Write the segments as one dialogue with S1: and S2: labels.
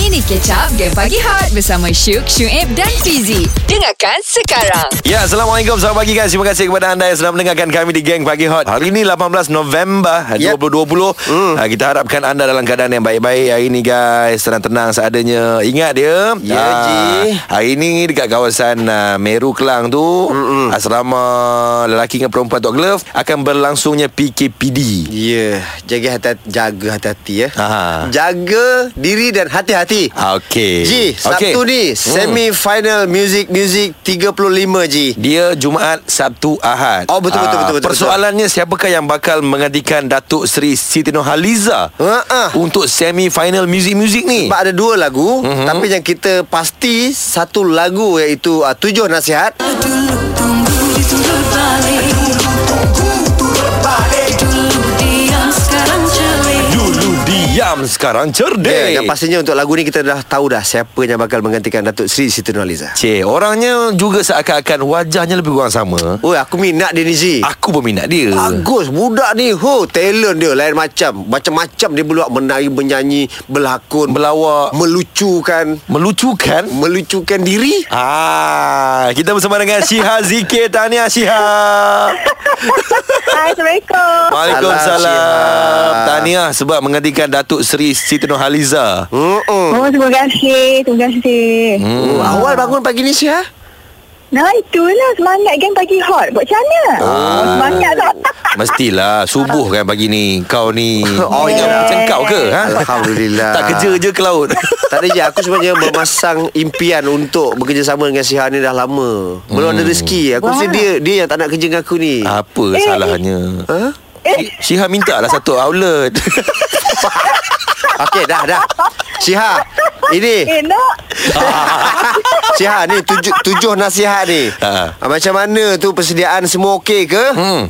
S1: Mari catch up Game Pagi Hot Bersama Syuk, Syuib dan Fizi Dengarkan sekarang
S2: Ya, Assalamualaikum Selamat pagi guys Terima kasih kepada anda Yang sedang mendengarkan kami Di Gang Pagi Hot Hari ini 18 November eh,
S3: Yep.
S2: 2020
S3: Hmm.
S2: mm. Kita harapkan anda Dalam keadaan yang baik-baik Hari ini guys Tenang-tenang seadanya Ingat dia
S3: Ya,
S2: ah,
S3: Ji.
S2: Hari ini dekat kawasan ah, Meru Kelang tu Mm-mm. Asrama Lelaki dengan perempuan Tok Glove Akan berlangsungnya PKPD
S3: Ya, jaga hati jaga hati-hati ya.
S2: Aha. Ha.
S3: Jaga diri dan hati-hati.
S2: Ah, Okay
S3: Ji, Sabtu
S2: Hmm.
S3: ni semi final music music 35 Ji.
S2: Dia Jumaat Sabtu Ahad
S3: Oh, betul, betul,
S2: Ah,
S3: betul, betul,
S2: Persoalannya betul. siapakah yang bakal Menggantikan Datuk Seri Siti Nurhaliza
S3: Ha-ah.
S2: Untuk semi final music-music ni
S3: Sebab ada dua lagu
S2: Mhm.
S3: mm-hmm. Tapi yang kita pasti Satu lagu iaitu uh, Tujuh Nasihat
S2: Dulu diam sekarang cerdik
S3: yeah, Dan pastinya untuk lagu ni Kita dah tahu dah Siapa yang bakal menggantikan Datuk Sri Siti Nurhaliza
S2: Cik orangnya juga seakan-akan Wajahnya lebih kurang sama
S3: Oh aku minat dia ni Ji
S2: Aku peminat dia
S3: Bagus budak ni ho talent dia lain macam macam-macam dia buat menari menyanyi berlakon
S2: Melawak
S3: melucukan
S2: Melucukan
S3: melucukan diri
S2: Ah, kita bersama dengan Syiha Zikir Tahniah Syiha
S4: Hai, Assalamualaikum.
S2: Waalaikumsalam
S3: Syiha.
S2: Tahniah sebab menggantikan Datuk Seri Siti Nurhaliza
S3: hmm
S4: Oh, terima kasih. Terima kasih.
S3: Oh,
S4: Hmm.
S3: awal bangun pagi ni Syah
S4: Nah, itulah semangat geng pagi hot. Buat macam mana? Oh, semangat tak?
S2: Mestilah Subuh kan pagi ni Kau ni
S3: Oh,
S2: Ingat
S3: ya.
S2: macam kau ke ha?
S3: Alhamdulillah.
S2: Tak kerja je ke laut
S3: Tak ada je Aku sebenarnya memasang impian Untuk bekerjasama dengan Siha ni dah lama Belum ada rezeki Aku rasa
S4: Wah.
S3: dia Dia yang tak nak kerja dengan aku ni
S2: Apa
S4: Eh.
S2: salahnya
S3: Ha?
S2: Eh. Syiha minta lah satu outlet
S3: Okey dah dah Siha Ini
S4: Eh, nak.
S3: Siha ni tujuh, tujuh nasihat ni
S2: Ha.
S3: ha. Macam mana tu persediaan semua okey ke?
S2: hmm.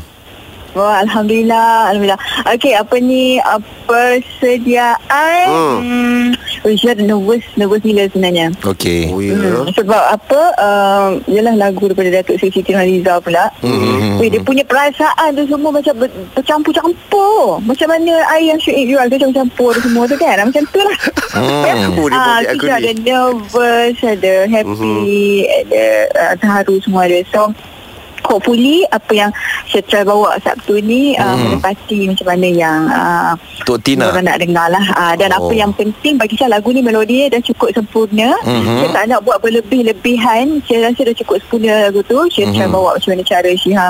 S4: Wah, Alhamdulillah. Alhamdulillah. Okey, apa ni? Uh, persediaan.
S3: Hmm.
S4: Hmm. Uish, dah nervous. Nervous gila sebenarnya.
S2: Okay
S3: Oh ya
S4: Hmm, sebab apa uh, Yalah lagu daripada Datuk Sri Siti Nurhaliza pula hmm. Weh, Dia punya perasaan tu semua Macam ber, bercampur-campur Macam mana air yang Syuib jual tu Campur-campur tu semua tu kan Macam tu lah
S3: Hmm. Oh, dia
S4: Ah,
S3: bagi aku
S4: kita
S3: ni.
S4: ada nervous Ada happy
S3: Hmm.
S4: Ada uh, terharu semua ada So Hopefully apa yang saya try bawa Sabtu ni uh,
S3: Hmm.
S4: menepati macam mana yang uh,
S2: Tok Tina
S4: orang nak dengar lah uh, dan
S2: Oh.
S4: oh. apa yang penting bagi saya lagu ni melodi dia dah cukup sempurna
S2: Mhm.
S4: saya tak nak buat berlebih-lebihan saya rasa dah cukup sempurna lagu tu saya mm-hmm. try
S2: Mhm.
S4: bawa macam mana cara Syiha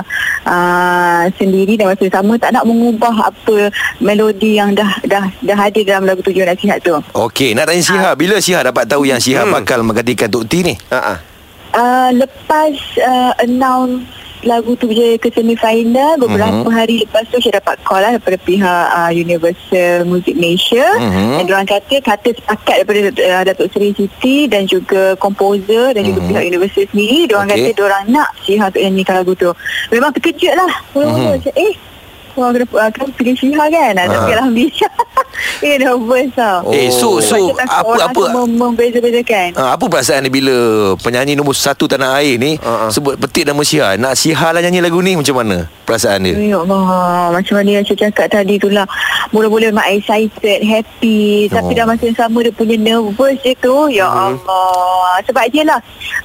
S4: uh, sendiri dan masa sama tak nak mengubah apa melodi yang dah dah dah ada dalam lagu tujuan nasihat tu
S2: Okay nak tanya Syiha Bila Syiha dapat tahu yang Syiha
S3: Hmm.
S2: bakal menggantikan Tok T ni
S3: Ha-ha.
S4: Uh, lepas uh, announce lagu tu je ke semifinal beberapa
S2: Mhm.
S4: mm-hmm. hari lepas tu saya dapat call lah daripada pihak uh, Universal Music Malaysia
S2: Mhm.
S4: mm-hmm. dan diorang kata kata sepakat daripada uh, Datuk Seri Siti dan juga komposer dan mm-hmm. juga pihak Universal sendiri
S2: Mhm.
S4: diorang
S2: Okey.
S4: okay. kata diorang nak Syihah untuk nyanyikan lagu tu memang terkejut lah
S2: Mhm.
S4: mm-hmm. macam eh Wah, kenapa, uh, kenapa pilih Syihah kan? Uh. Tapi Alhamdulillah. eh, nervous tau.
S2: Ah. Eh, so- so
S4: Macam takut
S2: apa-
S4: orang
S2: apa-
S4: semua Membeza-bezakan.
S2: Ha, apa perasaan dia bila penyanyi nombor satu tanah air ni
S3: Ha, ha.
S2: sebut petik nama Syiha nak Syiha lah nyanyi lagu ni macam mana perasaan dia
S4: Ya Allah Macam mana yang saya cakap tadi tu lah Mula-mula memang excited Happy oh. Tapi
S2: Oh.
S4: dalam masa yang sama Dia punya nervous je tu Ya Allah Sebab dia lah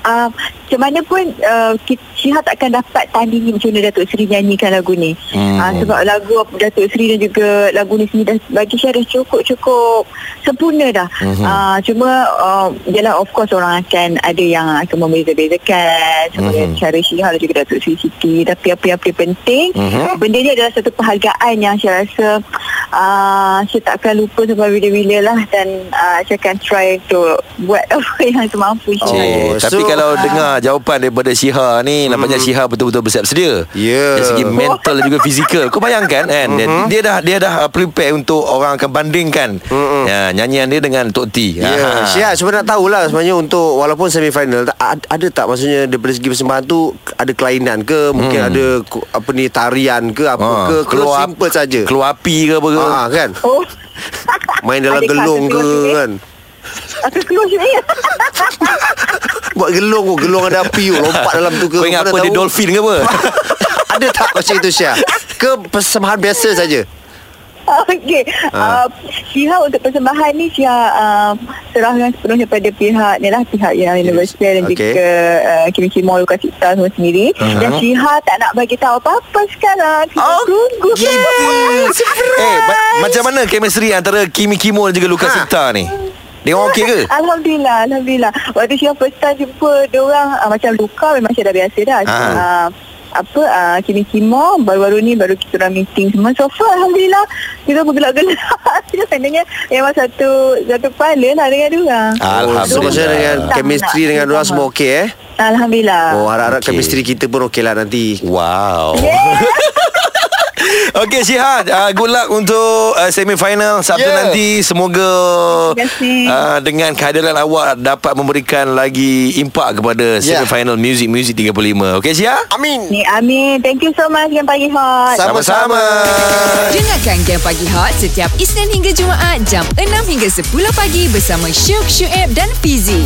S4: uh, Macam mana pun uh, Syihah takkan dapat Tandingi macam mana Datuk Seri nyanyikan lagu ni
S2: Hmm.
S4: hmm. uh, Sebab lagu Datuk Seri dan juga Lagu ni sendiri dah, Bagi Syihah dah cukup-cukup Sempurna dah
S2: Mhm.
S4: hmm. uh, Cuma uh, Yalah of course orang akan Ada yang akan membeza-bezakan Sebagai
S2: Mhm.
S4: hmm. cara Syihah dan juga Datuk Seri Siti Tapi apa yang paling penting
S2: Mhm.
S4: Benda ni adalah satu penghargaan yang saya rasa uh, saya tak akan lupa sampai bila-bila lah dan uh, saya akan try untuk buat apa yang semampu
S2: Cik,
S4: saya.
S3: Oh,
S2: tapi
S3: so-
S2: kalau dengar jawapan daripada Syiha ni nampaknya Syiha betul-betul bersiap sedia.
S3: Ya.
S2: Dari segi mental dan juga fizikal. Kau bayangkan kan dia, dia dah dia dah uh, prepare untuk orang akan bandingkan ya, nyanyian dia dengan Tok T.
S3: Ya, yeah.
S2: Ha.
S3: Syah cuma nak tahulah sebenarnya untuk walaupun semifinal tak- ad- ada tak maksudnya daripada segi persembahan tu ada kelainan ke mungkin ada ku- apa ni tarian ke apa
S2: Ha,
S3: ke
S2: Hmm.
S3: keluar
S2: keluar-
S3: simple saja.
S2: Keluar api ke apa ke?
S3: Ha kan.
S4: Oh.
S3: Main dalam
S4: Adik
S3: gelung
S4: kata
S3: ke
S4: keluar
S3: kan.
S4: sini. Aku keluar sini.
S3: Buat gelung ke gelung ada api tu lompat dalam tu ke.
S2: Kau ingat
S3: mana
S2: apa dia
S3: tahu.
S2: dolphin ke apa?
S3: ada tak macam itu Syah? Ke persembahan biasa saja? Oh,
S4: Okey. Uh, Syihah untuk persembahan ni Syihah uh, serahkan sepenuhnya pada pihak ni lah pihak yang Universal dan
S3: Okey.
S4: juga uh, Kimchi Mall Lukas Cipta semua sendiri. Uh-huh. Dan Syihah tak nak bagi tahu apa-apa sekarang. Kita
S2: Oh,
S4: tunggu.
S2: Eh, ma- macam mana chemistry antara Kimi Kimo dan juga Lukas
S3: Ha.
S2: Sita ni? Dia orang Oh, okey ke?
S4: Alhamdulillah, Alhamdulillah. Waktu Syah first time jumpa diorang uh, macam luka memang Syah dah biasa dah.
S2: Ah.
S4: Uh, apa uh, kini kimo baru-baru ni baru kita orang meeting semua so far alhamdulillah kita bergelak-gelak kita sebenarnya memang satu satu kepala lah dengan diorang
S2: Ah.
S3: So, maksudnya dengan
S4: Tak,
S3: chemistry
S4: tak,
S3: dengan
S4: tak,
S3: orang
S4: tak.
S3: semua okey eh
S4: alhamdulillah
S3: Oh
S2: Ah, Okey.
S3: harap-harap okay. chemistry kita pun okey lah nanti
S2: Wow. Okey Syihad, uh, good luck untuk uh, semifinal Sabtu yeah.
S3: Yeah.
S2: nanti. Semoga
S4: Terima kasih.
S2: uh, dengan kehadiran awak dapat memberikan lagi impak kepada
S3: Yeah.
S2: semifinal Music Music 35. Okey Syihad?
S3: Amin
S4: ni Amin thank you so much yang pagi hot
S3: Sama-sama.
S1: Dengarkan Game Pagi Hot setiap Isnin hingga Jumaat jam 6 hingga 10 pagi bersama Syuk, Syuib dan Fizi.